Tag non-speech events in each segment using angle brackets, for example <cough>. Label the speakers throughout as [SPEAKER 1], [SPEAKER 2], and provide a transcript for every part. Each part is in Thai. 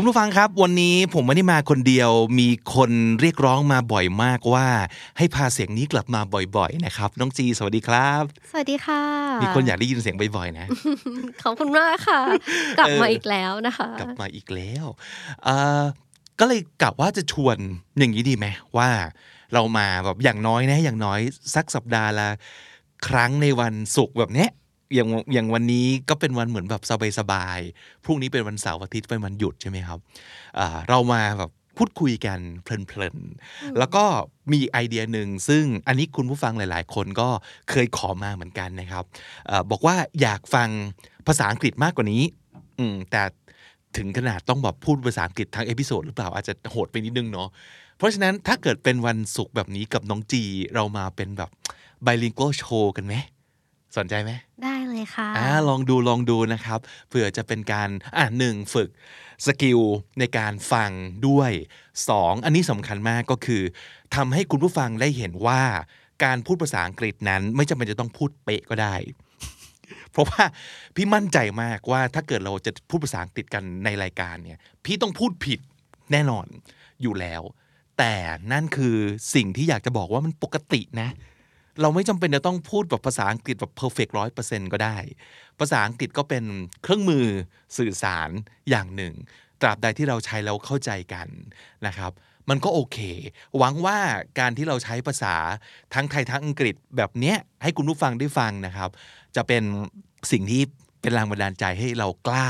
[SPEAKER 1] คุณผู้ฟังครับวันนี้ผมไม่ได้มาคนเดียวมีคนเรียกร้องมาบ่อยมากว่า ให้พาเสียงนี้กลับมาบ่อยๆนะครับน้องจีสวัสดีครับ
[SPEAKER 2] สวัสดีค่ะ
[SPEAKER 1] มีคนอยากได้ยินเสียงบ่อยๆนะ
[SPEAKER 2] ขอบคุณมากค่ะ กลับมา
[SPEAKER 1] เอออี
[SPEAKER 2] อีกแล้วนะคะ
[SPEAKER 1] กลับมาอีกแล้วเอ่อก็เลยกะว่าจะชวนอย่างนี้ดีไหมว่าเรามาแบบอย่างน้อยนะอย่างน้อยสักสัปดาห์ละครั้งในวันศุกร์แบบเนี้ยอย่างอย่างวันนี้ก็เป็นวันเหมือนแบบสบายๆพรุ่งนี้เป็นวันเสาร์อาทิตย์เป็นวันหยุดใช่ไหมครับเอ่อเรามาแบบพูดคุยกันเพลินๆแล้วก็มีอีกไอเดียหนึ่งซึ่งอันนี้คุณผู้ฟังหลาย ๆ คนก็เคยขอมาเหมือนกันนะครับเออบอกว่าอยากฟังภาษาอังกฤษมากกว่านี้ อืมแต่ถึงขนาดต้องแบบพูดภาษาอังกฤษทั้งเอพิโซดหรือเปล่าอาจจะโหดไปนิดนึงเนาะเพราะฉะนั้นถ้าเกิดเป็นวันศุกร์แบบนี้กับน้องจี เรามาเป็นแบบ bilingual show กันไหม สนใจไหม
[SPEAKER 2] ได้เลยค่ะ
[SPEAKER 1] อ่าลองดูลองดูนะครับเผื่อจะเป็นการอ่าหนึ่งฝึกสกิลในการฟังด้วยสองอันนี้สำคัญมากก็คือทำให้คุณผู้ฟังได้เห็นว่าการพูดภาษาอังกฤษนั้น ไม่จำเป็นจะต้องพูดเป๊ะก็ได้ <laughs> เพราะว่าพี่มั่นใจมากว่าถ้าเกิดเราจะพูดภาษาอังกฤษกันในรายการเนี่ย พี่ต้องพูดผิดแน่นอนอยู่แล้ว แต่นั่นคือสิ่งที่อยากจะบอกว่ามันปกตินะ เราไม่จำเป็นจะต้องพูดแบบภาษาอังกฤษแบบเพอร์เฟกร้อยเปอร์เซ็นก็ได้ ภาษาอังกฤษก็เป็นเครื่องมือสื่อสารอย่างหนึ่ง ตราบใดที่เราใช้แล้วเข้าใจกันนะครับ มันก็โอเค หวังว่าการที่เราใช้ภาษาทั้งไทยทั้งอังกฤษแบบเนี้ยให้คุณผู้ฟังได้ฟังนะครับ จะเป็นสิ่งที่เป็นแรงบันดาลใจให้เรากล้า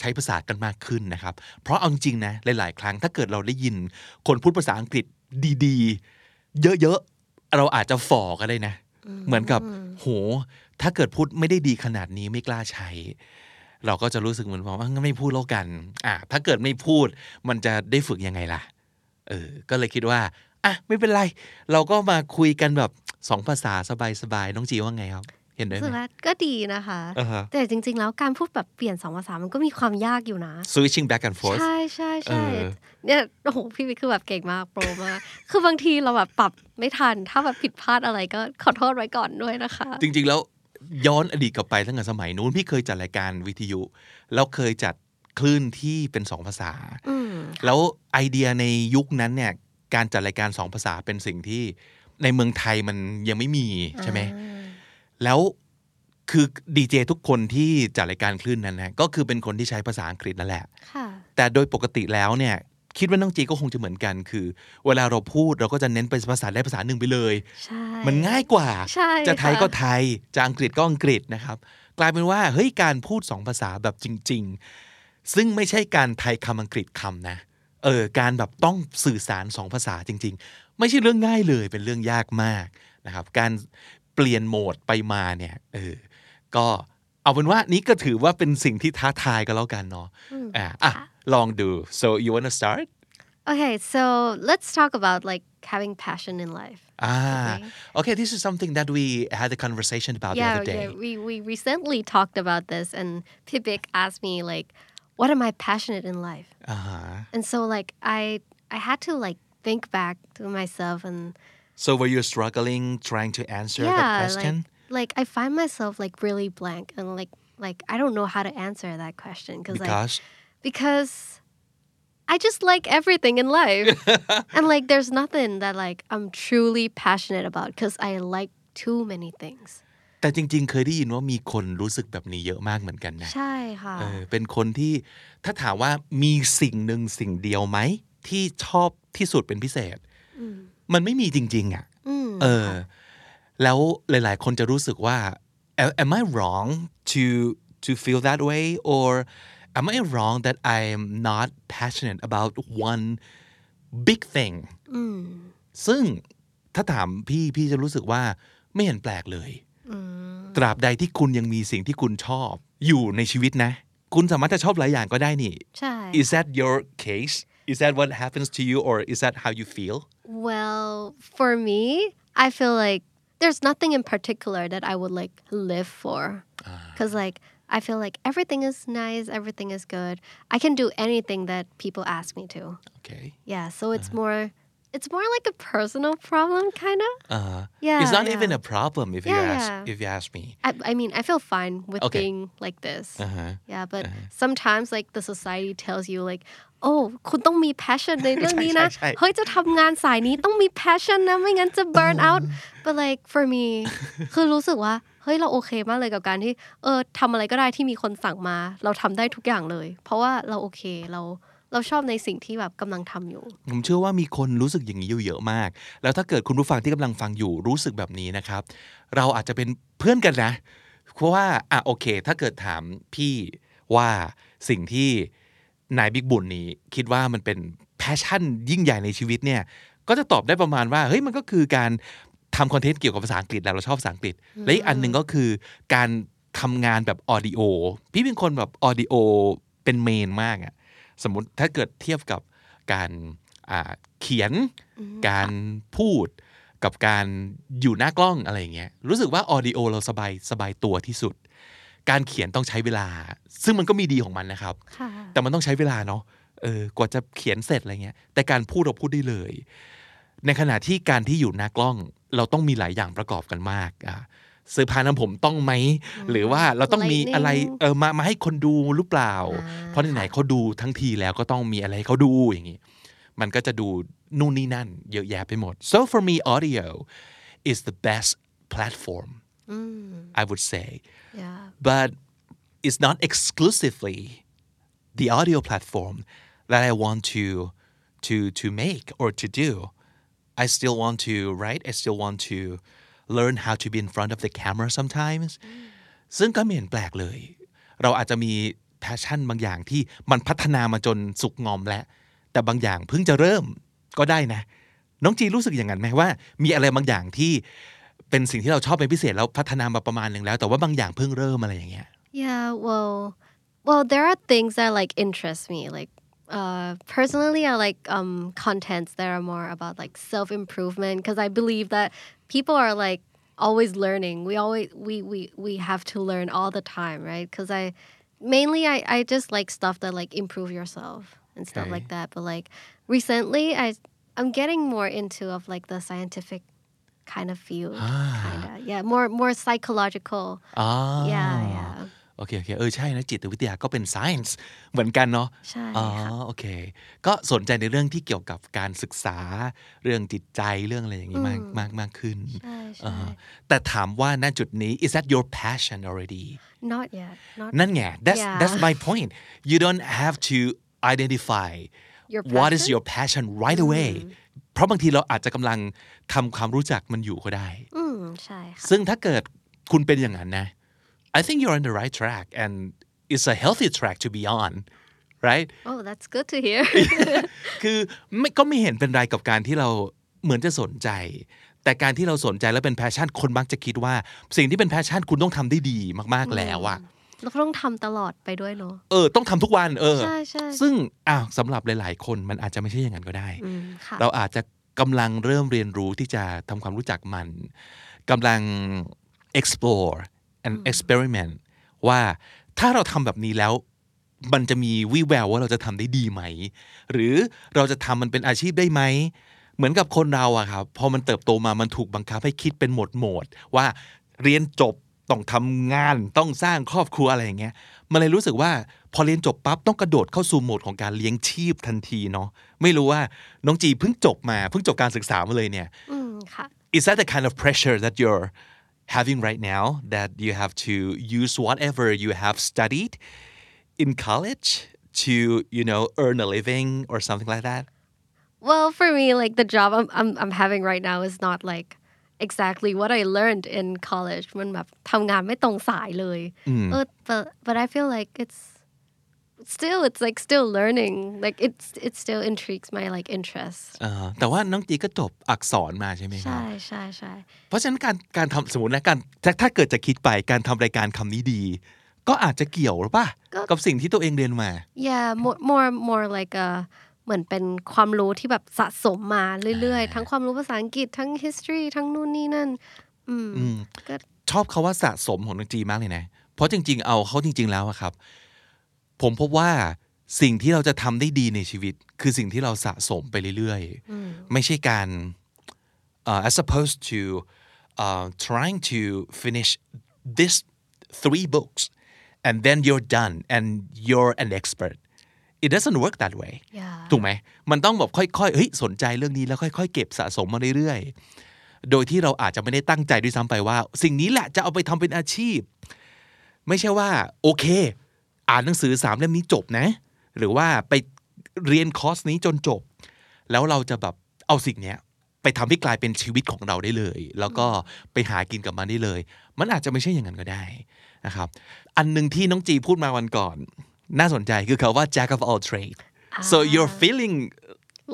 [SPEAKER 1] ใช้ภาษากันมากขึ้นนะครับ เพราะเอาจริงๆนะหลาย ๆ ครั้งถ้าเกิดเราได้ยินคนพูดภาษาอังกฤษดีๆ เยอะๆ เราอาจจะฝ่อก็ได้นะ เหมือนกับโห ถ้าเกิดพูดไม่ได้ดีขนาดนี้ไม่กล้าใช้ เราก็จะรู้สึกเหมือนว่าอ่ะงั้นไม่พูดแล้วกัน อ่ะถ้าเกิดไม่พูดมันจะได้ฝึกยังไงล่ะ เออ ก็เลยคิดว่า อ่ะ ไม่เป็นไร เราก็มาคุยกันแบบสองภาษาสบายๆ น้องจีว่าไงครับ เห็นด้วย
[SPEAKER 2] รู้
[SPEAKER 1] ไหม
[SPEAKER 2] สึกว่าก็ดีนะคะ
[SPEAKER 1] อ่าฮะ
[SPEAKER 2] แต่จริง ๆ แล้วการพูดแบบเปลี่ยนสองภาษา มันก็มีความยากอยู่นะ
[SPEAKER 1] switching back and forth
[SPEAKER 2] ใช่ใช่ใช่
[SPEAKER 1] เออ
[SPEAKER 2] เนี่ยโอ้โหพี่วิทย์คือแบบเก่งมากโปรมาก คือบางทีเราแบบปรับไม่ทัน ถ้าแบบผิดพลาดอะไรก็ขอโทษไว้ก่อนด้วยนะคะ
[SPEAKER 1] จริงๆ แล้วย้อนอดีตกลับไปตั้งแต่สมัยนู้น พี่เคยจัดรายการวิทยุ แล้วเคยจัดคลื่นที่เป็นสองภาษา
[SPEAKER 2] อืม
[SPEAKER 1] แล้วไอเดียในยุคนั้นเนี่ยการจัดรายการสองภาษาเป็นสิ่งที่ในเมืองไทยมันยังไม่มีใช่ไหม แล้วคือดีเจทุกคนที่จัดรายการคลื่นนั้นนะก็คือเป็นคนที่ใช้ภาษาอังกฤษนั่นแหละ
[SPEAKER 2] ค่ะ
[SPEAKER 1] แต่โดยปกติแล้วเนี่ยคิดว่าน้องจีก็คงจะเหมือนกัน คือ เวลาเราพูดเราก็จะเน้นไปภาษาใดภาษาหนึ่งไปเลย
[SPEAKER 2] ใช่
[SPEAKER 1] มันง่ายกว่า
[SPEAKER 2] ใช่
[SPEAKER 1] จะไทย
[SPEAKER 2] ค่
[SPEAKER 1] ก็ไทย จะอังกฤษก็อังกฤษนะครับ กลายเป็นว่าเฮ้ยการพูดสองภาษาแบบจริง ๆ ซึ่งไม่ใช่การไทยคำอังกฤษคำนะเออการแบบต้องสื่อสารสองภาษาจริง ๆ ไม่ใช่เรื่องง่ายเลยเป็นเรื่องยากมากนะครับ การเปลี่ยนโหมดไปมาเนี่ยเออก็เอาเป็นว่านี้ก็ถือว่าเป็นสิ่งที่ท้าทายก็แล้วกันเนาะอ่ะอ่ะลองดู so you wanna start
[SPEAKER 2] Okay, so let's talk about like having passion in life.
[SPEAKER 1] ah
[SPEAKER 2] Okay.
[SPEAKER 1] okay this is something that we had a conversation about the
[SPEAKER 2] yeah,
[SPEAKER 1] other day
[SPEAKER 2] yeah, we we recently talked about this, and Pipik asked me like, "What am I passionate in life?"
[SPEAKER 1] อ่าฮะ
[SPEAKER 2] And so like I I had to like think back to myself and
[SPEAKER 1] So were you struggling trying to answer that
[SPEAKER 2] yeah, like,
[SPEAKER 1] question?
[SPEAKER 2] like I find myself like really blank and like like I don't know how to answer that question because like
[SPEAKER 1] because
[SPEAKER 2] because I just like everything in
[SPEAKER 1] <laughs>
[SPEAKER 2] life. and like there's nothing that like I'm truly passionate about because I like too many things.
[SPEAKER 1] แต่จริงๆ เคยได้ยินว่ามีคนรู้สึกแบบนี้เยอะมากเหมือนกันนะ
[SPEAKER 2] ใช่ค่ะ
[SPEAKER 1] เออเป็นคนที่ถ้าถามว่ามีสิ่งหนึ่งสิ่งเดียวไหม ที่ชอบที่สุดเป็นพิเศษ มันไม่มีจริง ๆ อ่ะ เออ แล้วหลายๆ คนจะรู้สึกว่า "Am- am I wrong to to feel that way or am I wrong that I'm not passionate about one big thing ซึ่งถ้าถามพี่พี่จะรู้สึกว่าไม่เห็นแปลกเลย ตราบใดที่คุณยังมีสิ่งที่คุณชอบ อยู่ในชีวิตนะ คุณสามารถจะชอบหลายอย่างก็ได้นี่
[SPEAKER 2] ใช่
[SPEAKER 1] Is that your case Is that what happens to you or is that how you feel
[SPEAKER 2] Well, for me, I feel like there's nothing in particular that I would like live for.
[SPEAKER 1] Ah.
[SPEAKER 2] Because like I feel like everything is nice, everything is good. I can do anything that people ask me to.
[SPEAKER 1] Okay.
[SPEAKER 2] Yeah, so it's
[SPEAKER 1] Uh-huh.
[SPEAKER 2] more it's more like a personal problem kind of.
[SPEAKER 1] Uh,
[SPEAKER 2] Yeah,
[SPEAKER 1] it's not
[SPEAKER 2] yeah.
[SPEAKER 1] even a problem if you
[SPEAKER 2] Yeah,
[SPEAKER 1] ask
[SPEAKER 2] yeah.
[SPEAKER 1] if you ask me.
[SPEAKER 2] I, I mean, I feel fine with
[SPEAKER 1] Okay.
[SPEAKER 2] being like this.
[SPEAKER 1] Uh huh.
[SPEAKER 2] Yeah, but sometimes like the society tells you like โอ้คุณต้องมี passion ในเรื่องนี้นะ
[SPEAKER 1] ใช่ใช่ใช่
[SPEAKER 2] เฮ้ยจะทำงานสายนี้ต้องมี passion นะไม่งั้นจะ burn out but like for me
[SPEAKER 1] <laughs>
[SPEAKER 2] คือรู้สึกว่า เฮ้ยเราโอเคมากเลยกับการที่ เออทำอะไรก็ได้ที่มีคนสั่งมา เราทำได้ทุกอย่างเลย เพราะว่าเราโอเคเราเราชอบในสิ่งที่แบบกำลังทำอยู่
[SPEAKER 1] ผมเชื่อว่ามีคนรู้สึกอย่างนี้อยู่เยอะมาก แล้วถ้าเกิดคุณผู้ฟังที่กำลังฟังอยู่รู้สึกแบบนี้นะครับ เราอาจจะเป็นเพื่อนกันนะ เพราะว่า อ่ะโอเค ถ้าเกิดถามพี่ว่าสิ่งที่นายบิ๊กบุญนี้คิดว่ามันเป็นแพชชั่นยิ่งใหญ่ในชีวิตเนี่ย ก็จะตอบได้ประมาณว่า เฮ้ยมันก็คือการทำคอนเทนต์เกี่ยวกับภาษาอังกฤษแหละเราชอบภาษาอังกฤษ และอีกอันหนึ่งก็คือการทำงานแบบออดิโอ พี่เป็นคนแบบออดิโอเป็นเมนมากอะ สมมติถ้าเกิดเทียบกับการอ่าเขียน การพูดกับการอยู่หน้ากล้องอะไรอย่างเงี้ยรู้สึกว่าออดิโอเราสบายสบายตัวที่สุด การเขียนต้องใช้เวลา ซึ่งมันก็มีดีของมันนะครับ
[SPEAKER 2] ค่ะ
[SPEAKER 1] แต่มันต้องใช้เวลาเนาะเออกว่าจะเขียนเสร็จอะไรเงี้ย แต่การพูดเราพูดได้เลย ในขณะที่การที่อยู่หน้ากล้อง เราต้องมีหลายอย่างประกอบกันมากอ่ะเสื้อผ้าน้ำผมต้องไหม หรือว่าเราต้องมีอะไร
[SPEAKER 2] Lightning
[SPEAKER 1] เออมามาให้คนดูหรือเปล่า
[SPEAKER 2] อ่า
[SPEAKER 1] เพราะไหนๆเขาดูทั้งทีแล้วก็ต้องมีอะไรให้เขาดูอย่างนี้ มันก็จะดูนู่นนี่นั่นเยอะแยะไปหมด so for me audio is the best platform
[SPEAKER 2] อืม
[SPEAKER 1] I would say
[SPEAKER 2] yeah
[SPEAKER 1] but it's not exclusively the audio platform that I want to to to make or to do. I still want to write. I still want to learn how to be in front of the camera sometimes. ซึ่งก็ไม่เห็นแปลกเลย เราอาจจะมี passion บางอย่างที่มันพัฒนามาจนสุกงอมแล้ว แต่บางอย่างเพิ่งจะเริ่มก็ได้นะ น้องจีรู้สึกอย่างนั้นไหมว่า มีอะไรบางอย่างที่เป็นสิ่งที่เราชอบเป็นพิเศษแล้วพัฒนามาประมาณหนึ่งแล้ว แต่ว่าบางอย่างเพิ่งเริ่มอะไรอย่างเงี้ย
[SPEAKER 2] Yeah, well, well, there are things that like interest me. Like, uh, personally, I like um contents that are more about like self improvement because I believe that people are like always learning. We always we we we have to learn all the time, right? Because I mainly I I just like stuff that like improve yourself and stuff
[SPEAKER 1] Okay.
[SPEAKER 2] like that. But like recently, I I'm getting more into of like the scientific kind of field.
[SPEAKER 1] Ah.
[SPEAKER 2] Kinda. Yeah, more more psychological.
[SPEAKER 1] อ๋อ Ah,
[SPEAKER 2] Yeah, yeah.
[SPEAKER 1] โอเคโอเคเออใช่นะจิตวิทยาก็เป็น science เหมือนกันเนาะ
[SPEAKER 2] ใช่ค่ะ
[SPEAKER 1] อ๋อโอเค ก็สนใจในเรื่องที่เกี่ยวกับการศึกษาเรื่องจิตใจเรื่องอะไรอย่างนี้มากมากมากขึ้น
[SPEAKER 2] ใช่ใช่
[SPEAKER 1] อ่าฮะแต่ถามว่าณจุดนี้ is that your passion already
[SPEAKER 2] Not yet. Not
[SPEAKER 1] นั่นไง that's
[SPEAKER 2] Yeah.
[SPEAKER 1] that's my point you don't have to identify
[SPEAKER 2] Your
[SPEAKER 1] what is
[SPEAKER 2] passion?
[SPEAKER 1] your passion right away เพราะบางทีเราอาจจะกำลังทำความรู้จักมันอยู่ก็ได้
[SPEAKER 2] mm, ใช่ค่ะ
[SPEAKER 1] ซึ่งถ้าเกิดคุณเป็นอย่างนั้นนะ I think you're on the right track and it's a healthy track to be on right
[SPEAKER 2] Oh, that's good to
[SPEAKER 1] <laughs>
[SPEAKER 2] hear. <laughs>
[SPEAKER 1] คือไม่ก็ไม่เห็นเป็นไรกับการที่เราเหมือนจะสนใจ แต่การที่เราสนใจและเป็นแพชชั่นคนมักจะคิดว่า สิ่งที่เป็นแพชชั่นคุณต้องทำได้ดีมากๆแล้วอะ
[SPEAKER 2] เราก็ต้องทำตลอดไปด้วยเนอะ
[SPEAKER 1] เออต้องทำทุกวันเออ
[SPEAKER 2] ใช่ใช่
[SPEAKER 1] ซึ่งอ้าวสำหรับหลาย ๆ คนมันอาจจะไม่ใช่อย่างนั้นก็ได้
[SPEAKER 2] อืมค่ะ
[SPEAKER 1] เราอาจจะกำลังเริ่มเรียนรู้ที่จะทำความรู้จักมันกำลัง explore and experiment ว่าถ้าเราทำแบบนี้แล้ว มันจะมีวิแววว่าเราจะทำได้ดีไหม หรือเราจะทำมันเป็นอาชีพได้ไหม เหมือนกับคนเราอะครับพอมันเติบโตมามันถูกบังคับให้คิดเป็นหมวดหมวดว่าเรียนจบต้องทำงานต้องสร้างครอบครัวอะไรอย่างเงี้ยมันเลยรู้สึกว่าพอเรียนจบปั๊บต้องกระโดดเข้าสู่โหมดของการเลี้ยงชีพทันทีเนาะไม่รู้ว่าน้องจีเพิ่งจบมาเพิ่งจบการศึกษามาเลยเนี่ย
[SPEAKER 2] อืมค่ะ
[SPEAKER 1] is that the kind of pressure that you're having right now that you have to use whatever you have studied in college to you know earn a living or something like that
[SPEAKER 2] Well, for me, like the job I'm, I'm, I'm having right now is not like exactly what I learned in college. มันแบบทำงานไม่ตรงสายเลย Uh, but, but I feel like it's still it's like still learning. Like it's it still intrigues my like interest.
[SPEAKER 1] เอ่อแต่ว่าน้องจีก็จบอักษรมาใช่ไหมครับ
[SPEAKER 2] ใช่ใช่ใช่
[SPEAKER 1] เพราะฉะนั้นการการทำสมมตินะการถ้าถ้าเกิดจะคิดไปการทำรายการคำนี้ดี ก็อาจจะเกี่ยวหรือเปล่า
[SPEAKER 2] ก็
[SPEAKER 1] กับสิ่งที่ตัวเองเรียนมา
[SPEAKER 2] yeah more more more like a เหมือนเป็นความรู้ที่แบบสะสมมาเรื่อยๆ ทั้งความรู้ภาษาอังกฤษทั้ง history ทั้งนู่นนี่นั่น
[SPEAKER 1] อืม
[SPEAKER 2] Good.
[SPEAKER 1] ชอบเขาว่าสะสมของดนตรีมากเลยนะ เพราะจริง ๆ เอาเขาจริง ๆ แล้วอะครับ ผมพบว่าสิ่งที่เราจะทำได้ดีในชีวิต คือสิ่งที่เราสะสมไปเรื่อยๆ ไม่ใช่การเอ่อ as opposed to uh, trying to finish this three books and then you're done and you're an expert it doesn't work that way
[SPEAKER 2] Yeah.
[SPEAKER 1] ถูกไหม มันต้องแบบค่อยๆ เฮ้ย สนใจเรื่องนี้แล้วค่อย ๆ เก็บสะสมมาเรื่อยๆ โดยที่เราอาจจะไม่ได้ตั้งใจด้วยซ้ำไปว่า สิ่งนี้แหละจะเอาไปทำเป็นอาชีพ ไม่ใช่ว่า โอเค อ่านหนังสือสามเล่มนี้จบนะ หรือว่าไปเรียนคอร์สนี้จนจบ แล้วเราจะแบบเอาสิ่งเนี้ย ไปทำให้กลายเป็นชีวิตของเราได้เลย แล้วก็ไปหากินกับมันได้เลย มันอาจจะไม่ใช่อย่างนั้นก็ได้นะครับ อันหนึ่งที่น้องจีพูดมาวันก่อน น่าสนใจคือคาว่า jack of all trades so you're feeling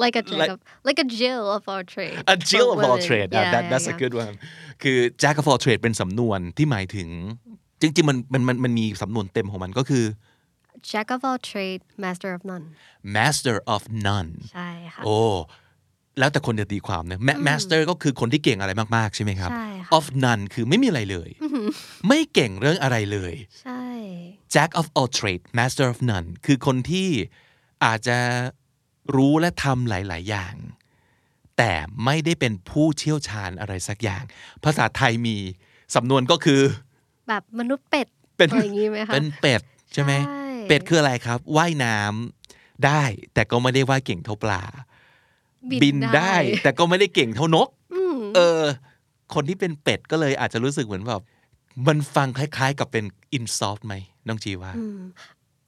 [SPEAKER 2] Like a Jacob,
[SPEAKER 1] Like-
[SPEAKER 2] like, a Jill of all trades.
[SPEAKER 1] a Jill
[SPEAKER 2] for
[SPEAKER 1] of all
[SPEAKER 2] women.
[SPEAKER 1] trade
[SPEAKER 2] Yeah,
[SPEAKER 1] that
[SPEAKER 2] yeah,
[SPEAKER 1] that's a
[SPEAKER 2] yeah.
[SPEAKER 1] good one คือ jack of all trade เป็นสำนวนที่หมายถึง จริงๆ มันมันมันมันมีสำนวนเต็มของมันก็คือ
[SPEAKER 2] Jack of all trade, master of none.
[SPEAKER 1] master of none
[SPEAKER 2] ใช่ค่ะ
[SPEAKER 1] โอ้ แล้วแต่คนจะตีความนะ Ma- master ก็คือคนที่เก่งอะไรมาก ๆ ใช่ไหมครับ
[SPEAKER 2] ใช่ค่ะ
[SPEAKER 1] of none คือไม่มีอะไรเลย ไม่เก่งเรื่องอะไรเลย
[SPEAKER 2] ใช่
[SPEAKER 1] jack of all trade master of none คือคนที่อาจจะรู้และทำหลาย ๆ อย่าง แต่ไม่ได้เป็นผู้เชี่ยวชาญอะไรสักอย่าง ภาษาไทยมีสำนวนก็คือ
[SPEAKER 2] แบบมนุษย์เป็ด
[SPEAKER 1] เป็น
[SPEAKER 2] อะไรอย่างนี้ไหมคะ
[SPEAKER 1] เป็นเป็ดใช่ไหม
[SPEAKER 2] ใช่
[SPEAKER 1] เป็ดคืออะไรครับว่ายน้ำได้ แต่ก็ไม่ได้ว่ายเก่งเท่าปลา บินได้แต่ก็ไม่ได้เก่งเท่านก เออ คนที่เป็นเป็ดก็เลยอาจจะรู้สึกเหมือนแบบมันฟังคล้าย ๆ กับเป็น insult ไหมน้องจีว่า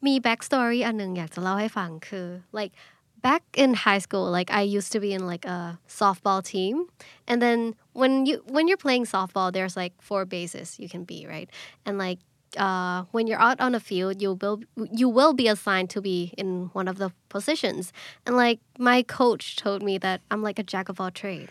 [SPEAKER 2] มี backstory อันหนึ่งอยากจะเล่าให้ฟังคือ like back in high school like I used to be in like a softball team and then when you when you're playing softball there's like four bases you can be right and like uh, when you're out on a field you will you will be assigned to be in one of the positions and like my coach told me that I'm like a jack of all trade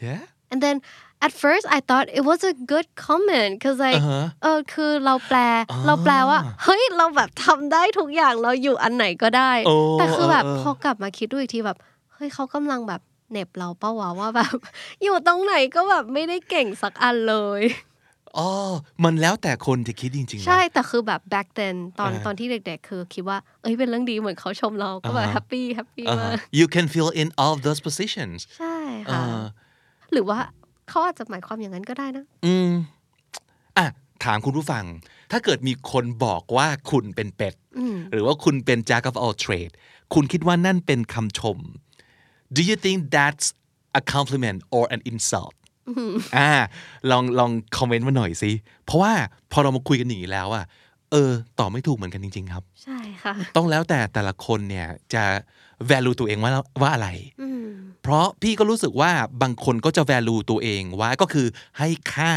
[SPEAKER 1] yeah
[SPEAKER 2] and then at first I thought it was a good comment because
[SPEAKER 1] Uh-huh.
[SPEAKER 2] like เออคือเราแปลเราแปลว่า เฮ้ย เราแบบทำได้ทุกอย่างเราอยู่อันไหนก็ได้
[SPEAKER 1] โอ้
[SPEAKER 2] แต่คือแบบ
[SPEAKER 1] เออเออ
[SPEAKER 2] พอกลับมาคิดดูอีกทีแบบ เฮ้ยเขากำลังแบบเหน็บเราเป้าวะ <laughs> ว่าแบบ อยู่ตรงไหนก็แบบไม่ได้เก่งสักอันเลย
[SPEAKER 1] <laughs> อ๋อ มันแล้วแต่คนจะคิดจริงๆนะ
[SPEAKER 2] ใช่แต่คือแบบ back then ตอน
[SPEAKER 1] อ่า
[SPEAKER 2] ตอนที่เด็กๆ คือคิดว่า เอ้ยเป็นเรื่องดีเหมือนเขาชมเราก็แบบแฮปปี้แฮปปี้
[SPEAKER 1] อ่าฮะ
[SPEAKER 2] มาก
[SPEAKER 1] you can fill in all of those positions
[SPEAKER 2] ใช่
[SPEAKER 1] อ่
[SPEAKER 2] ค่ะ
[SPEAKER 1] า
[SPEAKER 2] หรือว่าเขาอาจจะหมายความอย่างนั้นก็ได้นะ
[SPEAKER 1] อืมอ่ะถามคุณผู้ฟัง ถ้าเกิดมีคนบอกว่าคุณเป็นเป็ด หรือว่าคุณเป็น jack of all trade คุณคิดว่านั่นเป็นคำชม do you think that's a compliment or an insult อ่าลองลองคอมเมนต์มาหน่อยสิเพราะว่าพอเรามาคุยกันอย่างนี้แล้วอะเออตอบไม่ถูกเหมือนกันจริง ๆ ครับ
[SPEAKER 2] ใช่ค่ะ
[SPEAKER 1] ต้องแล้วแต่แต่ละคนเนี่ยจะ value ตัวเองว่าว่าอะไร เพราะพี่ก็รู้สึกว่าบางคนก็จะ value ตัวเองว่าก็คือให้ค่า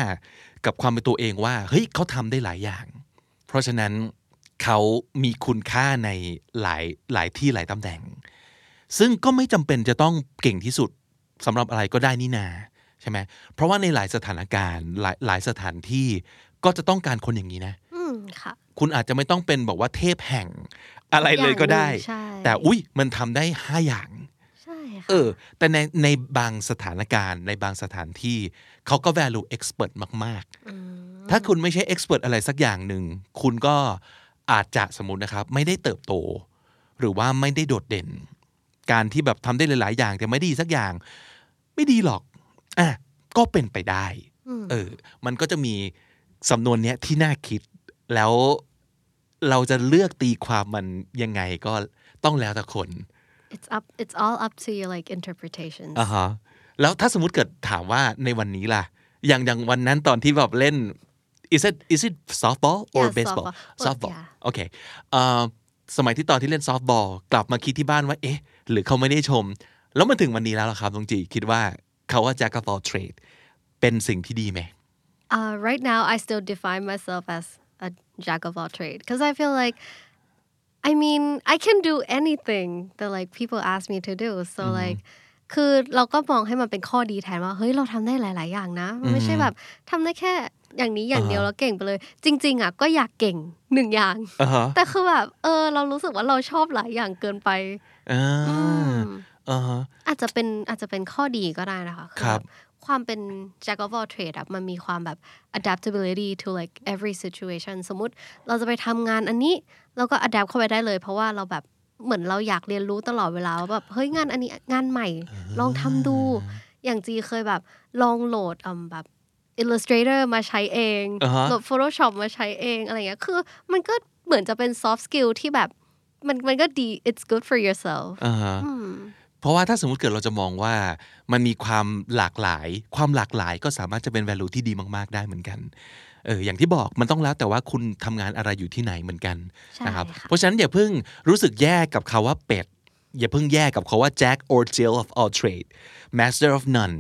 [SPEAKER 1] กับความเป็นตัวเองว่า เฮ้ยเขาทำได้หลายอย่าง เพราะฉะนั้นเขามีคุณค่าในหลายหลายที่หลายตำแหน่ง ซึ่งก็ไม่จำเป็นจะต้องเก่งที่สุดสำหรับอะไรก็ได้นี่นาใช่ไหมเพราะว่าในหลายสถานการณ์หลายหลายสถานที่ก็จะต้องการคนอย่างนี้นะ
[SPEAKER 2] อืมค่ะ
[SPEAKER 1] คุณอาจจะไม่ต้องเป็นแบบว่าเทพแห่งอะไรเลยก็ได้
[SPEAKER 2] อย่างหนึ่งใช่
[SPEAKER 1] แต่อุ้ยมันทำได้ห้าอย่าง
[SPEAKER 2] ใช่
[SPEAKER 1] เอ
[SPEAKER 2] ค่ะ
[SPEAKER 1] อ แต่ในในบางสถานการณ์ในบางสถานที่ เขาก็ value expert มาก ๆ ถ้าคุณไม่ใช่ expert อะไรสักอย่างหนึ่ง คุณก็อาจจะสมมตินะครับ ไม่ได้เติบโต หรือว่าไม่ได้โดดเด่น การที่แบบทำได้หลาย ๆ อย่างแต่ไม่ดีสักอย่าง ไม่ดีหรอก อ่ะ ก็เป็นไปได้ เออ มันก็จะมีสำนวนเนี้ยที่น่าคิด แล้วเราจะเลือกตีความมันยังไงก็ต้องแล้วแต่คน
[SPEAKER 2] อ it's up it's all up to your like interpretations
[SPEAKER 1] อ่าฮะแล้วถ้าสมมติเกิดถามว่าในวันนี้ล่ะ อย่างอย่างวันนั้นตอนที่แบบเล่น is it is it softball or
[SPEAKER 2] Yeah,
[SPEAKER 1] baseball
[SPEAKER 2] softball.
[SPEAKER 1] softball
[SPEAKER 2] Yeah.
[SPEAKER 1] โอเคเอ่อสมัยที่ตอนที่เล่น softball กลับมาคิดที่บ้านว่า เอ๊ะ หรือเขาไม่ได้ชม แล้วมาถึงวันนี้แล้วล่ะครับตรงจี คิดว่าเขาว่า jack of all trade เป็นสิ่งที่ดีไหม
[SPEAKER 2] Uh, right now, I still define myself as a jack of all trades because I feel like, I mean, I can do anything that like people ask me to do. So like, คือเราก็มองให้มันเป็นข้อดีแทนว่าเฮ้ยเราทำได้หลาย ๆ อย่างนะมันไม่ใช่แบบทำได้แค่อย่างนี้อย่างเดียวแล้วเก่งไปเลย จริง ๆ อ่ะ ก็อยากเก่งหนึ่งอย่าง
[SPEAKER 1] อ่าฮะ
[SPEAKER 2] แต่คือแบบเออเรารู้สึกว่าเราชอบหลายอย่างเกินไป
[SPEAKER 1] อ่า
[SPEAKER 2] อืม
[SPEAKER 1] อ่าฮะ
[SPEAKER 2] อาจจะเป็นอาจจะเป็นข้อดีก็ได้นะคะ
[SPEAKER 1] ครับ
[SPEAKER 2] แ ความเป็น jack of all trade อะมันมีความแบบ adaptability to like every situation สมมุติเราจะไปทำงานอันนี้ เราก็ adapt เข้าไปได้เลย เพราะว่าเราแบบเหมือนเราอยากเรียนรู้ตลอดเวลาว่าแบบเฮ้ยงานอันนี้งานใหม่ ลองทำดู อย่างจีเคยแบบลองโหลดอืมแบบ Illustrator มาใช้เอง
[SPEAKER 1] อ่าฮะ
[SPEAKER 2] โหลด Photoshop มาใช้เองอะไรเงี้ยคือมันก็เหมือนจะเป็น soft skill ที่แบบมันมันก็ดี it's good for yourself
[SPEAKER 1] อ่าฮะ
[SPEAKER 2] อืม
[SPEAKER 1] เพราะว่าถ้าสมมติเกิดเราจะมองว่ามันมีความหลากหลาย ความหลากหลายก็สามารถจะเป็น value ที่ดีมาก ๆ ได้เหมือนกันเอออย่างที่บอกมันต้องแล้วแต่ว่าคุณทำงานอะไรอยู่ที่ไหนเหมือนกัน
[SPEAKER 2] ใช่
[SPEAKER 1] นะครับ
[SPEAKER 2] ค่ะ
[SPEAKER 1] เพราะฉะนั้นอย่าเพิ่งรู้สึกแย่กับคาว่าเป็ด อย่าเพิ่งแย่กับคาว่า jack or jill of all trade master of none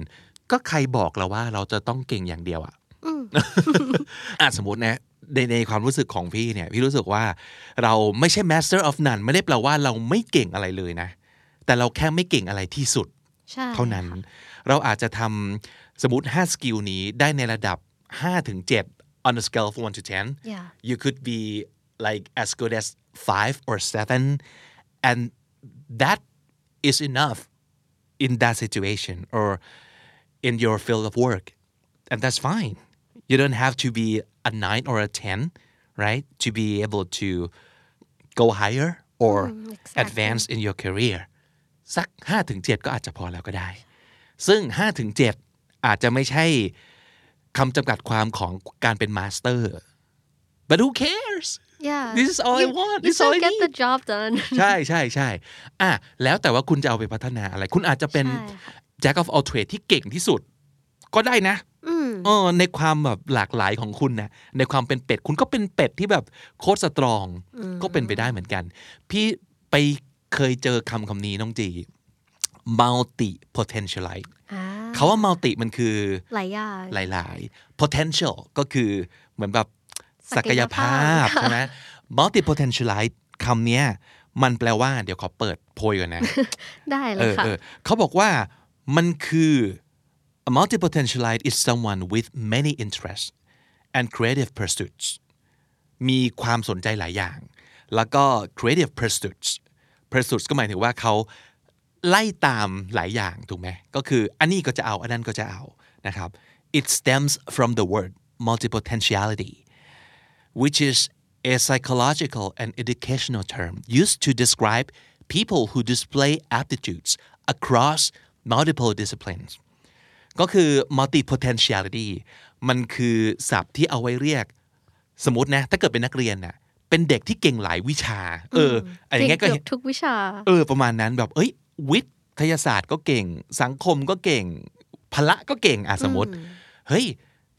[SPEAKER 1] ก็ใครบอกเราว่าเราจะต้องเก่งอย่างเดียวอะ อ่ะสมมตินะในในความรู้สึกของพี่เนี่ย พี่รู้สึกว่าเราไม่ใช่ master of none ไม่ได้แปลว่าเราไม่เก่งอะไรเลยนะ แต่เราแค่ไม่เก่งอะไรที่สุด
[SPEAKER 2] ใช่
[SPEAKER 1] เท่านั้น เราอาจจะทำสมมติ 5 สกิลนี้ได้ในระดับ 5 ถึง 7 on a scale of 1 to 10
[SPEAKER 2] yeah
[SPEAKER 1] you could be like as good as five or seven and that is enough in that situation or in your field of work and that's fine you don't have to be a nine or a ten right to be able to go higher or advance in your career สัก5ถึง7ก็อาจจะพอแล้วก็ได้ ซึ่ง5ถึง7อาจจะไม่ใช่คำจำกัดความของการเป็นมาสเตอร์ but who cares
[SPEAKER 2] yeah
[SPEAKER 1] This is all I
[SPEAKER 2] you,
[SPEAKER 1] want.
[SPEAKER 2] you
[SPEAKER 1] This is all I
[SPEAKER 2] still get the
[SPEAKER 1] need.
[SPEAKER 2] job done
[SPEAKER 1] <laughs>
[SPEAKER 2] <laughs>
[SPEAKER 1] ใช่ใช่ใช่อ่ะแล้วแต่ว่าคุณจะเอาไปพัฒนาอะไร คุณอาจจะเป็น
[SPEAKER 2] ใช่ค่ะ
[SPEAKER 1] jack of all trade ที่เก่งที่สุด ก็ได้นะ
[SPEAKER 2] อืม
[SPEAKER 1] เออในความแบบหลากหลายของคุณนะในความเป็นเป็ด คุณก็เป็นเป็ดที่แบบโคตรสตรอง ก็เป็นไปได้เหมือนกัน พี่ไปเคยเจอคำคำนี้น้องจี multi potentialite
[SPEAKER 2] อ่า
[SPEAKER 1] เขาว่า multi มันคือ
[SPEAKER 2] หลายอย่าง
[SPEAKER 1] หลาย ๆ potential ก็คือเหมือนแบบศักยภาพใช่ไหม multi potentialite คำเนี้ยมันแปลว่า เดี๋ยวขอเปิดโพยก่อนนะ
[SPEAKER 2] ได้เล
[SPEAKER 1] เอย อ
[SPEAKER 2] ค่ะ
[SPEAKER 1] เออเขาบอกว่ามันคือ a multi potentialite is someone with many interests and creative pursuits มีความสนใจหลายอย่าง แล้วก็ creative pursuits pursuits ก็หมายถึงว่าเขาไล่ตามหลายอย่างถูกไหมก็คืออันนี้ก็จะเอา อันนั้นก็จะเอานะครับ it stems from the word multipotentiality which is a psychological and educational term used to describe people who display aptitudes across multiple disciplines ก็คือ multi potentiality มันคือศัพท์ที่เอาไว้เรียก สมมตินะ ถ้าเกิดเป็นนักเรียนน่ะเป็นเด็กที่เก่งหลายวิชา เอออันอย่างเงี้ยก็
[SPEAKER 2] เก่ง
[SPEAKER 1] เห็น
[SPEAKER 2] เกือบทุกวิชา
[SPEAKER 1] เออประมาณนั้นแบบเอ้ยวิทยาศาสตร์ก็เก่ง สังคมก็เก่งพละก็เก่งอ่ะสมมติ เฮ้ย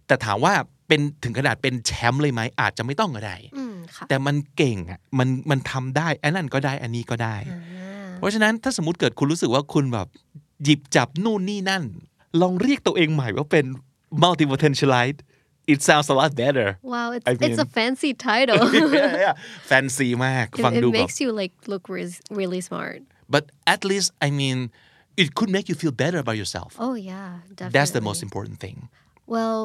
[SPEAKER 1] แต่ถามว่าเป็นถึงขนาดเป็นแชมป์เลยไหมอาจจะไม่ต้องก็ได้
[SPEAKER 2] อืมค่ะ
[SPEAKER 1] แต่มันเก่งอ่ะมันมันทำได้อันนั้นก็ได้อันนี้ก็ได้ เพราะฉะนั้นถ้าสมมติเกิดคุณรู้สึกว่าคุณแบบ หยิบจับนู่นนี่นั่น ลองเรียกตัวเองใหม่ว่าเป็น multi potentialite it sounds a lot better
[SPEAKER 2] <laughs> ว้าว it's
[SPEAKER 1] I mean-
[SPEAKER 2] it's a fancy
[SPEAKER 1] <laughs>
[SPEAKER 2] title <laughs>
[SPEAKER 1] fancy มาก
[SPEAKER 2] It-
[SPEAKER 1] ฟัง
[SPEAKER 2] it
[SPEAKER 1] ดูแบบ
[SPEAKER 2] makes you like look re- really smart
[SPEAKER 1] but at least I mean it could make you feel better about yourself
[SPEAKER 2] oh yeah definitely
[SPEAKER 1] that's the most important thing
[SPEAKER 2] Well,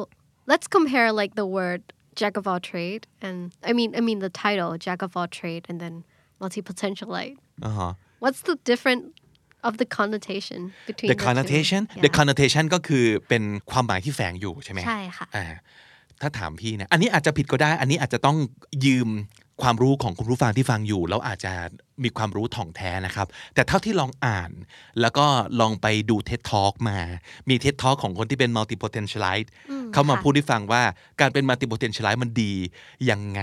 [SPEAKER 2] let's compare like the word jack of all trade and I mean I mean the title jack of all trade and then multi potentialite.
[SPEAKER 1] uh-huh.
[SPEAKER 2] What's the different of the connotation between
[SPEAKER 1] the
[SPEAKER 2] two?
[SPEAKER 1] connotation
[SPEAKER 2] Yeah.
[SPEAKER 1] the connotation ก็คือเป็นความหมายที่แฝงอยู่ใช่ไหม
[SPEAKER 2] ใช่ค่ะ
[SPEAKER 1] อ่าถ้าถามพี่นะอันนี้อาจจะผิดก็ได้ อันนี้อาจจะต้องยืมความรู้ของคุณผู้ฟังที่ฟังอยู่ แล้วอาจจะมีความรู้ถ่องแท้นะครับ แต่เท่าที่ลองอ่าน แล้วก็ลองไปดู TED Talk มา มี TED Talk ของคนที่เป็น multi potentialite เขามา
[SPEAKER 2] ค่ะ
[SPEAKER 1] พูดให้ฟังว่าการเป็น multi potentialite มันดียังไง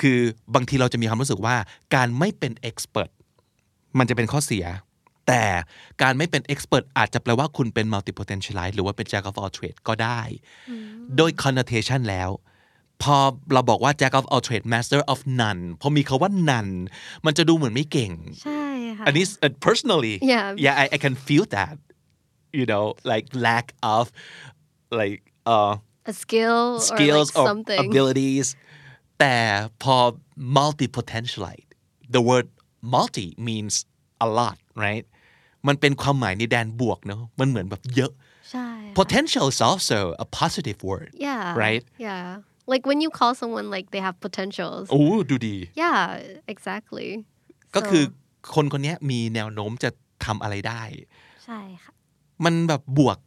[SPEAKER 1] คือบางทีเราจะมีความรู้สึกว่าการไม่เป็น expert มันจะเป็นข้อเสีย แต่การไม่เป็น expert อาจจะแปลว่าคุณเป็น multi potentialite หรือว่าเป็น jack of all trade ก็ได้ โดย connotation แล้ว พอเราบอกว่า jack of all trade master of none พอมีคาว่า none มันจะดูเหมือนไม่เก่ง
[SPEAKER 2] ใช่ค่ะ
[SPEAKER 1] อันนี้ uh, personally
[SPEAKER 2] Yeah.
[SPEAKER 1] yeah I, I can feel that you know like lack of like uh
[SPEAKER 2] a skill
[SPEAKER 1] skills
[SPEAKER 2] or
[SPEAKER 1] or
[SPEAKER 2] like something
[SPEAKER 1] abilities แต่พอ multi potentialite the word multi means a lot right มันเป็นความหมายในแดนบวกเนอะมันเหมือนแบบเยอะ
[SPEAKER 2] ใช่ค่ะ
[SPEAKER 1] potential is also a positive word
[SPEAKER 2] yeah
[SPEAKER 1] right
[SPEAKER 2] yeah like when you call someone like they have potentials
[SPEAKER 1] โอ้ดูดี
[SPEAKER 2] yeah exactly
[SPEAKER 1] ก็คือ
[SPEAKER 2] So-
[SPEAKER 1] คนคนเนี้ยมีแนวโน้มจะทำอะไรได้
[SPEAKER 2] ใช่ค่ะ
[SPEAKER 1] มันแบบบวก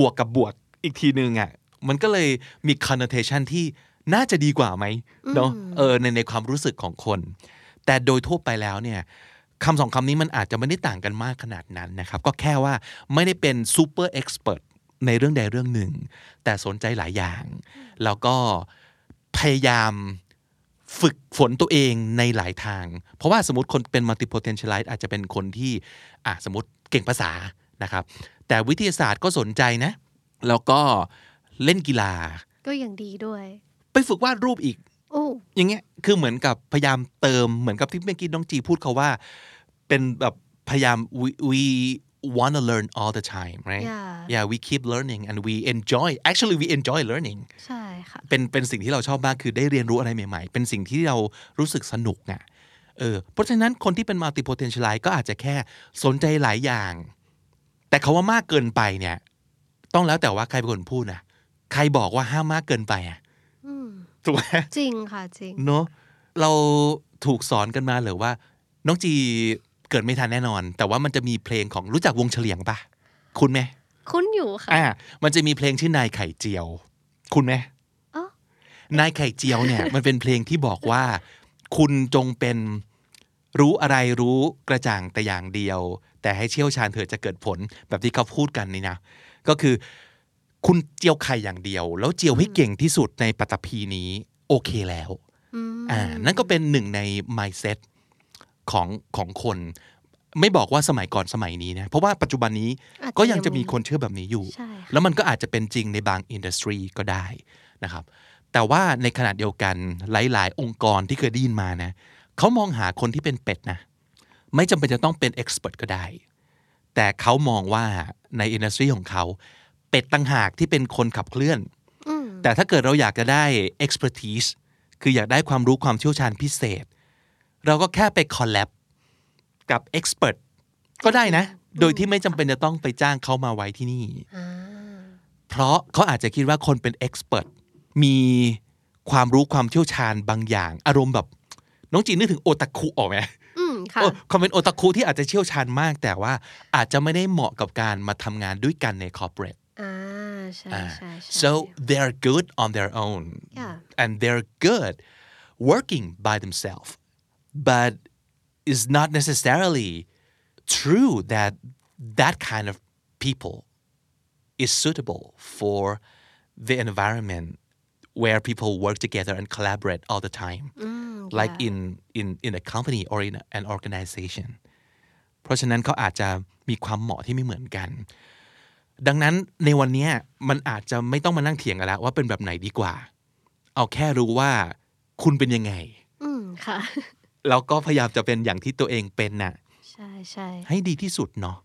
[SPEAKER 1] บวกกับบวก อีกทีหนึ่งอ่ะมันก็เลยมี connotation ที่น่าจะดีกว่าไหมเนาะเออในในความรู้สึกของคน แต่โดยทั่วไปแล้วเนี่ยคำสองคำนี้มันอาจจะไม่ได้ต่างกันมากขนาดนั้นนะครับ ก็แค่ว่าไม่ได้เป็น super expert ในเรื่องใดเรื่องหนึ่ง แต่สนใจหลายอย่าง แล้วก็พยายาม ฝึกฝนตัวเองในหลายทาง เพราะว่าสมมติคนเป็น multipotentialite อาจจะเป็นคนที่อ่ะสมมติเก่งภาษานะครับ แต่วิทยาศาสตร์ก็สนใจนะ แล้วก็เล่นกีฬา
[SPEAKER 2] ก็ยังดีด้วย
[SPEAKER 1] ไปฝึกวาดรูปอีก
[SPEAKER 2] โอ้
[SPEAKER 1] อย่างเงี้ย คือเหมือนกับพยายามเติม เหมือนกับที่เมื่อกี้น้องจีพูดเขาว่า เป็นแบบพยายาม we, we wanna learn all the time right
[SPEAKER 2] Yeah.
[SPEAKER 1] yeah we keep learning and we enjoy actually we enjoy learning
[SPEAKER 2] ใช่ค่ะ
[SPEAKER 1] เป็นเป็นสิ่งที่เราชอบมากคือได้เรียนรู้อะไรใหม่ ๆ เป็นสิ่งที่เรารู้สึกสนุกอะ่ะเออเพราะฉะนั้นคนที่เป็น multi potentialite ก็อาจจะแค่สนใจหลายอย่าง แต่คาว่ามากเกินไปเนี่ย ต้องแล้วแต่ว่าใครเป็นคนพูดนะใครบอกว่าห้ามมากเกินไปอ่ะ
[SPEAKER 2] อืม
[SPEAKER 1] ถูกไหม
[SPEAKER 2] จริงค่ะจริง
[SPEAKER 1] เนอะเราถูกสอนกันมาเหรือว่า น้องจีเกิดไม่ทันแน่นอน แต่ว่ามันจะมีเพลงของรู้จักวงเฉลียงปะคุณไหม
[SPEAKER 2] คุ้นอยู่ค่ะ
[SPEAKER 1] อ่ามันจะมีเพลงชื่อนายไข่เจียว คุณไหม
[SPEAKER 2] อ๋อ
[SPEAKER 1] นายไข่เจียวเนี่ย มันเป็นเพลงที่บอกว่า คุณจงเป็นรู้อะไรรู้กระจ่างแต่อย่างเดียว แต่ให้เชี่ยวชาญเถิดจะเกิดผลแบบที่เขาพูดกันนี่นะ ก็คือ คุณเจียวไข่อย่างเดียว แล้วเจียวให้เก่งที่สุดในปัตตภีนี้ โอเคแล้ว
[SPEAKER 2] อืม
[SPEAKER 1] อ่านั่นก็เป็นหนึ่งใน mindset ของของคน ไม่บอกว่าสมัยก่อนสมัยนี้นะ เพราะว่าปัจจุบันนี้
[SPEAKER 2] อาจจะ
[SPEAKER 1] ก็ยังจะ
[SPEAKER 2] ยังมี
[SPEAKER 1] มีคนเชื่อแบบนี้อยู่
[SPEAKER 2] ใช่ค่ะ
[SPEAKER 1] แล้วมันก็อาจจะเป็นจริงในบางอินดัสทรีก็ได้นะครับ แต่ว่าในขณะเดียวกันหลาย ๆ องค์กรที่เคยได้ยินมานะเขามองหาคนที่เป็นเป็ดนะ ไม่จำเป็นจะต้องเป็นเอ็กซ์เพรสก็ได้ แต่เขามองว่าในอินดัสทรีของเขา เป็ดต่างหากที่เป็นคนขับเคลื่อน
[SPEAKER 2] อืม
[SPEAKER 1] แต่ถ้าเกิดเราอยากจะได้ expertise คืออยากได้ความรู้ความเชี่ยวชาญพิเศษ เราก็แค่ไป collab กับ expert ก็ได้นะ โดยที่ไม่จำเป็นจะต้องไปจ้างเขามาไว้ที่นี่
[SPEAKER 2] อ่า
[SPEAKER 1] เพราะเขาอาจจะคิดว่าคนเป็น expert มีความรู้ความเชี่ยวชาญบางอย่าง อารมณ์แบบ น้องจีนนึกถึงโอตาคุออกไหม
[SPEAKER 2] อืม ค่ะ
[SPEAKER 1] เออความเป็นโอตาคุที่อาจจะเชี่ยวชาญมาก แต่ว่าอาจจะไม่ได้เหมาะกับการมาทำงานด้วยกันใน corporate
[SPEAKER 2] อ่า ใช่
[SPEAKER 1] อ่า
[SPEAKER 2] ใช่ใช่
[SPEAKER 1] so they're good on their own
[SPEAKER 2] Yeah.
[SPEAKER 1] and they're good working by themselves but it's not necessarily true that that kind of people is suitable for the environment where people work together and collaborate all the time like in in in a company or in an organization เพราะฉะนั้นเขาอาจจะมีความเหมาะที่ไม่เหมือนกัน ดังนั้นในวันเนี้ยมันอาจจะไม่ต้องมานั่งเถียงกันแล้วว่าเป็นแบบไหนดีกว่า เอาแค่รู้ว่าคุณเป็นยังไง
[SPEAKER 2] อืม ค่ะ
[SPEAKER 1] แล้วก็พยายามจะเป็นอย่างที่ตัวเองเป็นน่ะ
[SPEAKER 2] <laughs> ใช่ใช่
[SPEAKER 1] <laughs> ให้ดีที่สุดเนาะ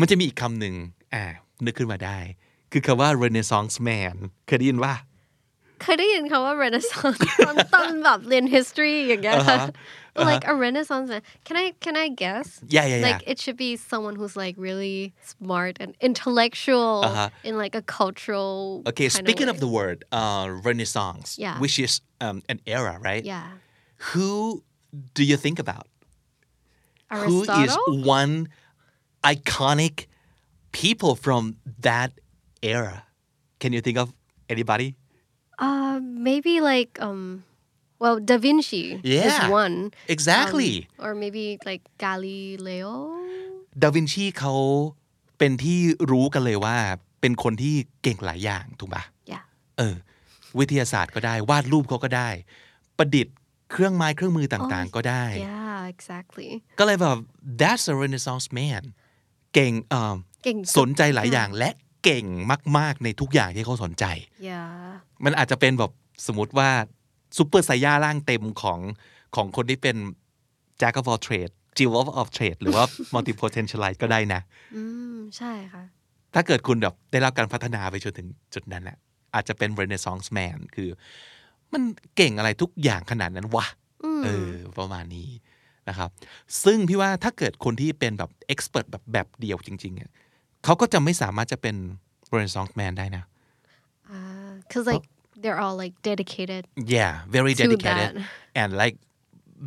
[SPEAKER 1] มันจะมีอีกคำหนึ่งอ่า นึกขึ้นมาได้ คือคำว่า Renaissance man เคยได้ยินว่า
[SPEAKER 2] เคยได้ยินคำว่า Renaissance ตอนตอนแบบเรียน history อย่างเงี้ยค่ะ like a Renaissance man. can I can I guess
[SPEAKER 1] อย่าอย่าอย่า
[SPEAKER 2] like it should be someone who's like really smart and intellectual
[SPEAKER 1] Uh-huh.
[SPEAKER 2] in like a cultural
[SPEAKER 1] Okay
[SPEAKER 2] kind
[SPEAKER 1] speaking of
[SPEAKER 2] way.
[SPEAKER 1] the word uh, Renaissance
[SPEAKER 2] Yeah.
[SPEAKER 1] which is um, an era right
[SPEAKER 2] yeah
[SPEAKER 1] who do you think about who is
[SPEAKER 2] Aristotle
[SPEAKER 1] one iconic people from that era? Can you think of anybody?
[SPEAKER 2] uh maybe like um well Da Vinci
[SPEAKER 1] Yeah.
[SPEAKER 2] is one
[SPEAKER 1] Exactly.
[SPEAKER 2] Um, or maybe like Galileo
[SPEAKER 1] ดาวินชีเขาเป็นที่รู้กันเลยว่า เป็นคนที่เก่งหลายอย่างถูกปะ
[SPEAKER 2] yeah
[SPEAKER 1] เออ วิทยาศาสตร์ก็ได้ วาดรูปเขาก็ได้ ประดิษฐ์เครื่องไม้เครื่องมือต่างๆ ก็ได้
[SPEAKER 2] yeah exactly
[SPEAKER 1] ก็เลยแบบ that's a renaissance man เก่งเอ่อ
[SPEAKER 2] เก่ง
[SPEAKER 1] สนใจหลายอย่างและเก่งมากๆ ในทุกอย่างที่เขาสนใจ
[SPEAKER 2] yeah
[SPEAKER 1] มันอาจจะเป็นแบบสมมติว่าซูเปอร์ไซย่าร่างเต็มของของคนที่เป็น jack of all trade jill of all trade หรือว่า multi potentialite ก็ได้นะ
[SPEAKER 2] อืมใช่ค่ะ
[SPEAKER 1] ถ้าเกิดคุณแบบได้รับการพัฒนาไปจนถึงจุดนั้นแหละอาจจะเป็น renaissance man คือ มันเก่งอะไรทุกอย่างขนาดนั้นวะ
[SPEAKER 2] อืม
[SPEAKER 1] เออ ประมาณนี้นะครับ ซึ่งพี่ว่าถ้าเกิดคนที่เป็นแบบ expert แบบแบบเดียวจริงๆอะเขาก็จะไม่สามารถจะเป็น renaissance man ได้นะ
[SPEAKER 2] อ่า cause
[SPEAKER 1] Oh.
[SPEAKER 2] like they're all like dedicated
[SPEAKER 1] Yeah, very
[SPEAKER 2] To
[SPEAKER 1] dedicated
[SPEAKER 2] that.
[SPEAKER 1] and like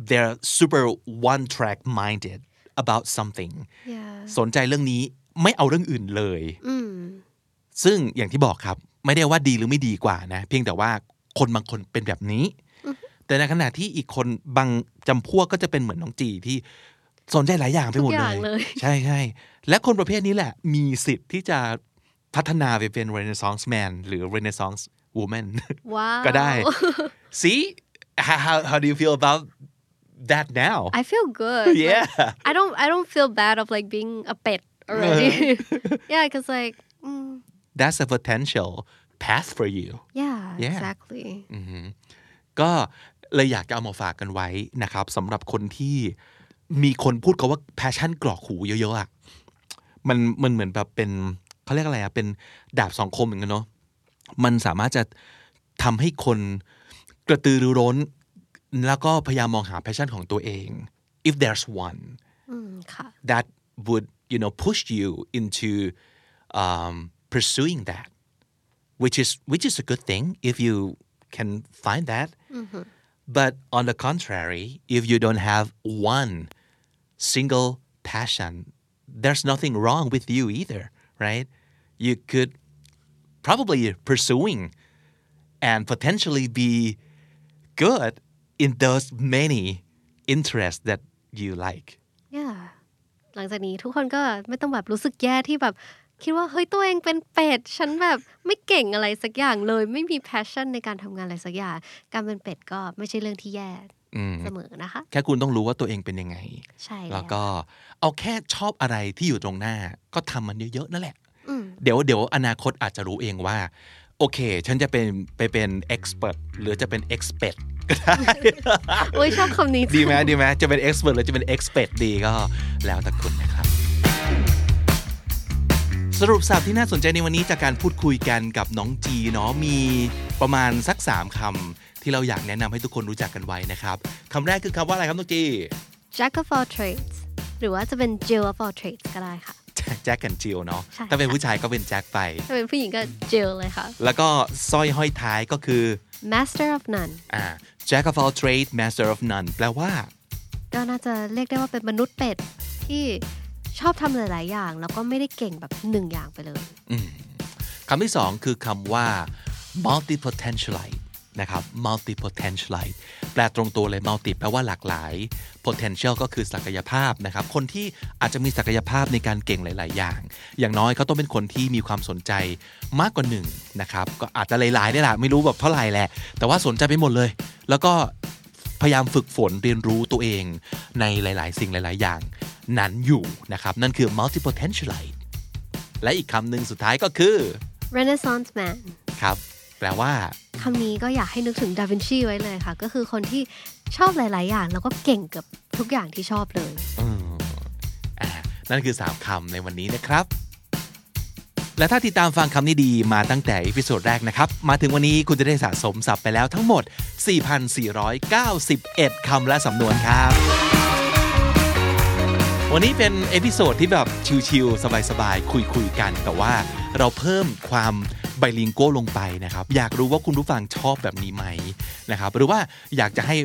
[SPEAKER 1] they're super one track minded about something
[SPEAKER 2] yeah
[SPEAKER 1] สนใจเรื่องนี้ไม่เอาเรื่องอื่นเลย
[SPEAKER 2] อืม
[SPEAKER 1] ซึ่งอย่างที่บอกครับ ไม่ได้ว่าดีหรือไม่ดีกว่านะ เพียงแต่ว่าคนบางคนเป็นแบบนี้ แต่ในขณะที่อีกคนบางจำพวกก็จะเป็นเหมือนน้องจีที่สนใจหลายอย่างไปหมด
[SPEAKER 2] ทุ
[SPEAKER 1] เล
[SPEAKER 2] กอย่าง
[SPEAKER 1] ย
[SPEAKER 2] เลย
[SPEAKER 1] ใช่ใช่และคนประเภทนี้แหละ มีสิทธิ์ที่จะพัฒนาไปเป็น Renaissance man หรือ Renaissance woman
[SPEAKER 2] ว้าว
[SPEAKER 1] ก็ได้ see how how- how do you feel about that now <laughs>
[SPEAKER 2] I feel good Like,
[SPEAKER 1] yeah
[SPEAKER 2] I don't I don't feel bad of like being a pet already <laughs> yeah because like mm,
[SPEAKER 1] that's a potential path for you
[SPEAKER 2] yeah,
[SPEAKER 1] Yeah.
[SPEAKER 2] exactly
[SPEAKER 1] อือหือก็เลยอยากจะเอามาฝากกันไว้นะครับสำหรับคนที่มีคนพูดเขาว่า passion กรอกหูเยอะๆอ่ะมันมันเหมือนแบบเป็นเขาเรียกอะไรอ่ะเป็นดาบสองคมเหมือนกันเนาะมันสามารถจะทำให้คนกระตือรือร้น แล้วก็พยายามมองหา passion ของตัวเอง if there's one
[SPEAKER 2] อืมค่ะ
[SPEAKER 1] that would you know push you into um, pursuing that which is which is a good thing if you can find that but on the contrary if you don't have one single passion there's nothing wrong with you either right you could probably pursuing and potentially be good in those many interests that you like
[SPEAKER 2] yeah หลังจากนี้ทุกคนก็ไม่ต้องแบบรู้สึกแย่ที่แบบ คิดว่า เฮ้ย ตัวเองเป็นเป็ด ฉันแบบไม่เก่งอะไรสักอย่างเลย ไม่มี passion ในการทำงานอะไรสักอย่าง การเป็นเป็ดก็ไม่ใช่เรื่องที่แย่เสมอนะคะ
[SPEAKER 1] แค่คุณต้องรู้ว่าตัวเองเป็นยังไง
[SPEAKER 2] ใช่
[SPEAKER 1] แล้ว
[SPEAKER 2] ว
[SPEAKER 1] ก็เอาแค่ชอบอะไรที่อยู่ตรงหน้า ก็ทำมันเยอะๆนั่นแหละ เดี๋ยวเดี๋ยวอนาคตอาจจะรู้เองว่า โอเค ฉันจะเป็นไปเป็นเอ็กซ์เพรสหรือจะเป็นเอ็กซ์เพรสก็ได้
[SPEAKER 2] โอ้ยชอบคำนี้จัง
[SPEAKER 1] <laughs> ดีไหมดีไหมจะเป็นเอ็กซ์เพรสหรือจะเป็นเอ็กซ์เพรสดีก็แล้วแต่คุณนะครับ สรุปสับที่น่าสนใจในวันนี้จากการพูดคุยกันกับน้องจีเนาะมีประมาณสัก 3คำที่เราอยากแนะนำให้ทุกคนรู้จักกันไว้นะครับคำแรกคือคำว่าอะไรครับน้องจี
[SPEAKER 2] jack of all trades หรือว่าจะเป็น jill of all trades ก็ได้ค่ะ
[SPEAKER 1] แจ็คกันจิลเนาะ
[SPEAKER 2] ใช่
[SPEAKER 1] ถ้าเป็นผู้ชายก็เป็นแจ็คไป
[SPEAKER 2] ถ้าเป็นผู้หญิงก็ jill เลยค่ะ
[SPEAKER 1] แล้วก็สร้อยห้อยท้ายก็คือ
[SPEAKER 2] master of none
[SPEAKER 1] อ่า Jack of all trades master of none แปลว่า
[SPEAKER 2] ก็น่าจะเรียกได้ว่าเป็นมนุษย์เป็ด ที่ชอบทำหลาย ๆ อย่าง แล้วก็ไม่ได้เก่งแบบหนึ่งอย่างไปเลย
[SPEAKER 1] คำที่สองคือคำว่า multi potentialite นะครับ multi potentialite แปลตรงตัวเลย multi แปลว่าหลากหลาย potential ก็คือศักยภาพนะครับ คนที่อาจจะมีศักยภาพในการเก่งหลาย ๆ อย่าง อย่างน้อยเขาต้องเป็นคนที่มีความสนใจมากกว่าหนึ่งนะครับ ก็อาจจะหลายๆได้แหละไม่รู้แบบเท่าไหร่แหละ แต่ว่าสนใจไปหมดเลย แล้วก็ พยายามฝึกฝนเรียนรู้ตัวเองในหลาย ๆ สิ่งหลาย ๆ อย่าง นั้นอยู่นะครับ นั่นคือ multi potentialite และอีกคำหนึ่งสุดท้ายก็คือ
[SPEAKER 2] renaissance man
[SPEAKER 1] ครับ แปลว่า
[SPEAKER 2] คำนี้ก็อยากให้นึกถึงดาวินชีไว้เลยค่ะ ก็คือคนที่ชอบหลาย ๆ อย่าง แล้วก็เก่งเกับทุกอย่างที่ชอบเลย
[SPEAKER 1] อืมอ่านั่นคือ 3คำในวันนี้นะครับ และถ้าติดตามฟังคำนี้ดีมาตั้งแต่อีพิโซดแรกนะครับ มาถึงวันนี้คุณจะได้สะสมศัพท์ไปแล้วทั้งหมด 4,491 คำและสำนวนครับ วันนี้เป็นเอพิโซดที่แบบชิลๆสบายๆ คุยๆกัน แต่ว่าเราเพิ่มความไบลิงโก้ลงไปนะครับ อยากรู้ว่าคุณผู้ฟังชอบแบบนี้ไหมนะครับ หรือว่าอยากจะให้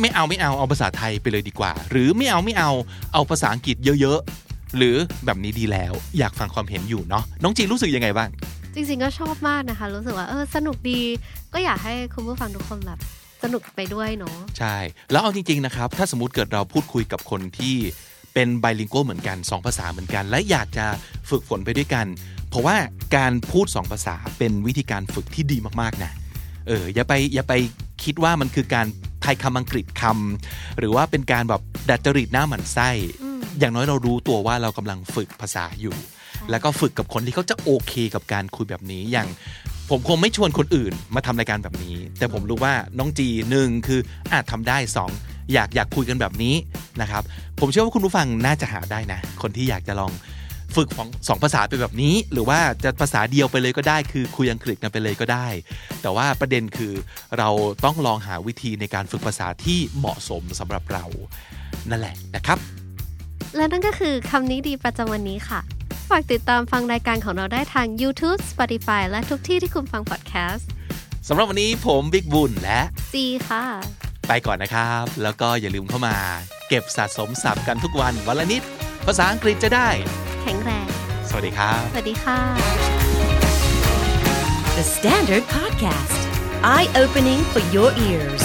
[SPEAKER 1] ไม่เอาไม่เอาเอาภาษาไทยไปเลยดีกว่า หรือไม่เอาไม่เอาเอาภาษาอังกฤษเยอะๆ หรือแบบนี้ดีแล้ว อยากฟังความเห็นอยู่เนาะน้องจีรู้สึกยังไงบ้าง
[SPEAKER 2] จริง ๆ ก็ชอบมากนะคะ รู้สึกว่าเออสนุกดี ก็อยากให้คุณผู้ฟังทุกคนแบบสนุกไปด้วยเนาะ
[SPEAKER 1] ใช่ แล้วเอาจริง ๆ นะครับ ถ้าสมมติเกิดเราพูดคุยกับคนที่เป็นไบลิงโกเหมือนกัน 2 ภาษาเหมือนกัน และอยากจะฝึกฝนไปด้วยกัน เพราะว่าการพูด 2 ภาษาเป็นวิธีการฝึกที่ดีมาก ๆ นะ เออ อย่าไปอย่าไปคิดว่ามันคือการไทยคำอังกฤษคำหรือว่าเป็นการแบบดัดจริตหน้าหมันไส้ อย่างน้อยเรารู้ตัวว่าเรากำลังฝึกภาษาอยู่ แล้วก็ฝึกกับคนที่เขาจะโอเคกับการคุยแบบนี้อย่าง ผมคงไม่ชวนคนอื่นมาทำรายการแบบนี้ แต่ผมรู้ว่าน้องจีหนึ่งคืออาจทำได้สองอยากอยากคุยกันแบบนี้นะครับ ผมเชื่อว่าคุณผู้ฟังน่าจะหาได้นะ คนที่อยากจะลองฝึกของสองภาษาไปแบบนี้ หรือว่าจะภาษาเดียวไปเลยก็ได้ คือคุยอังกฤษกันไปเลยก็ได้ แต่ว่าประเด็นคือเราต้องลองหาวิธีในการฝึกภาษาที่เหมาะสมสำหรับเรา นั่นแหละนะครับ
[SPEAKER 2] และนั่นก็คือคำนี้ดีประจำวันนี้ค่ะ ฝากติดตามฟังรายการของเราได้ทาง YouTube, Spotify และทุกที่ที่คุณฟังพอดแคสต์
[SPEAKER 1] สำหรับวันนี้ผมบิ๊กบุญและ
[SPEAKER 2] จีค่ะ
[SPEAKER 1] ไปก่อนนะครับ แล้วก็อย่าลืมเข้ามา เก็บสะสมศัพท์กันทุกวันวันละนิด ภาษาอังกฤษจะได้
[SPEAKER 2] แข็งแรง
[SPEAKER 1] สวัสดีครับ
[SPEAKER 2] สวัสดีค่ะ
[SPEAKER 3] The Standard Podcast, eye opening for your ears.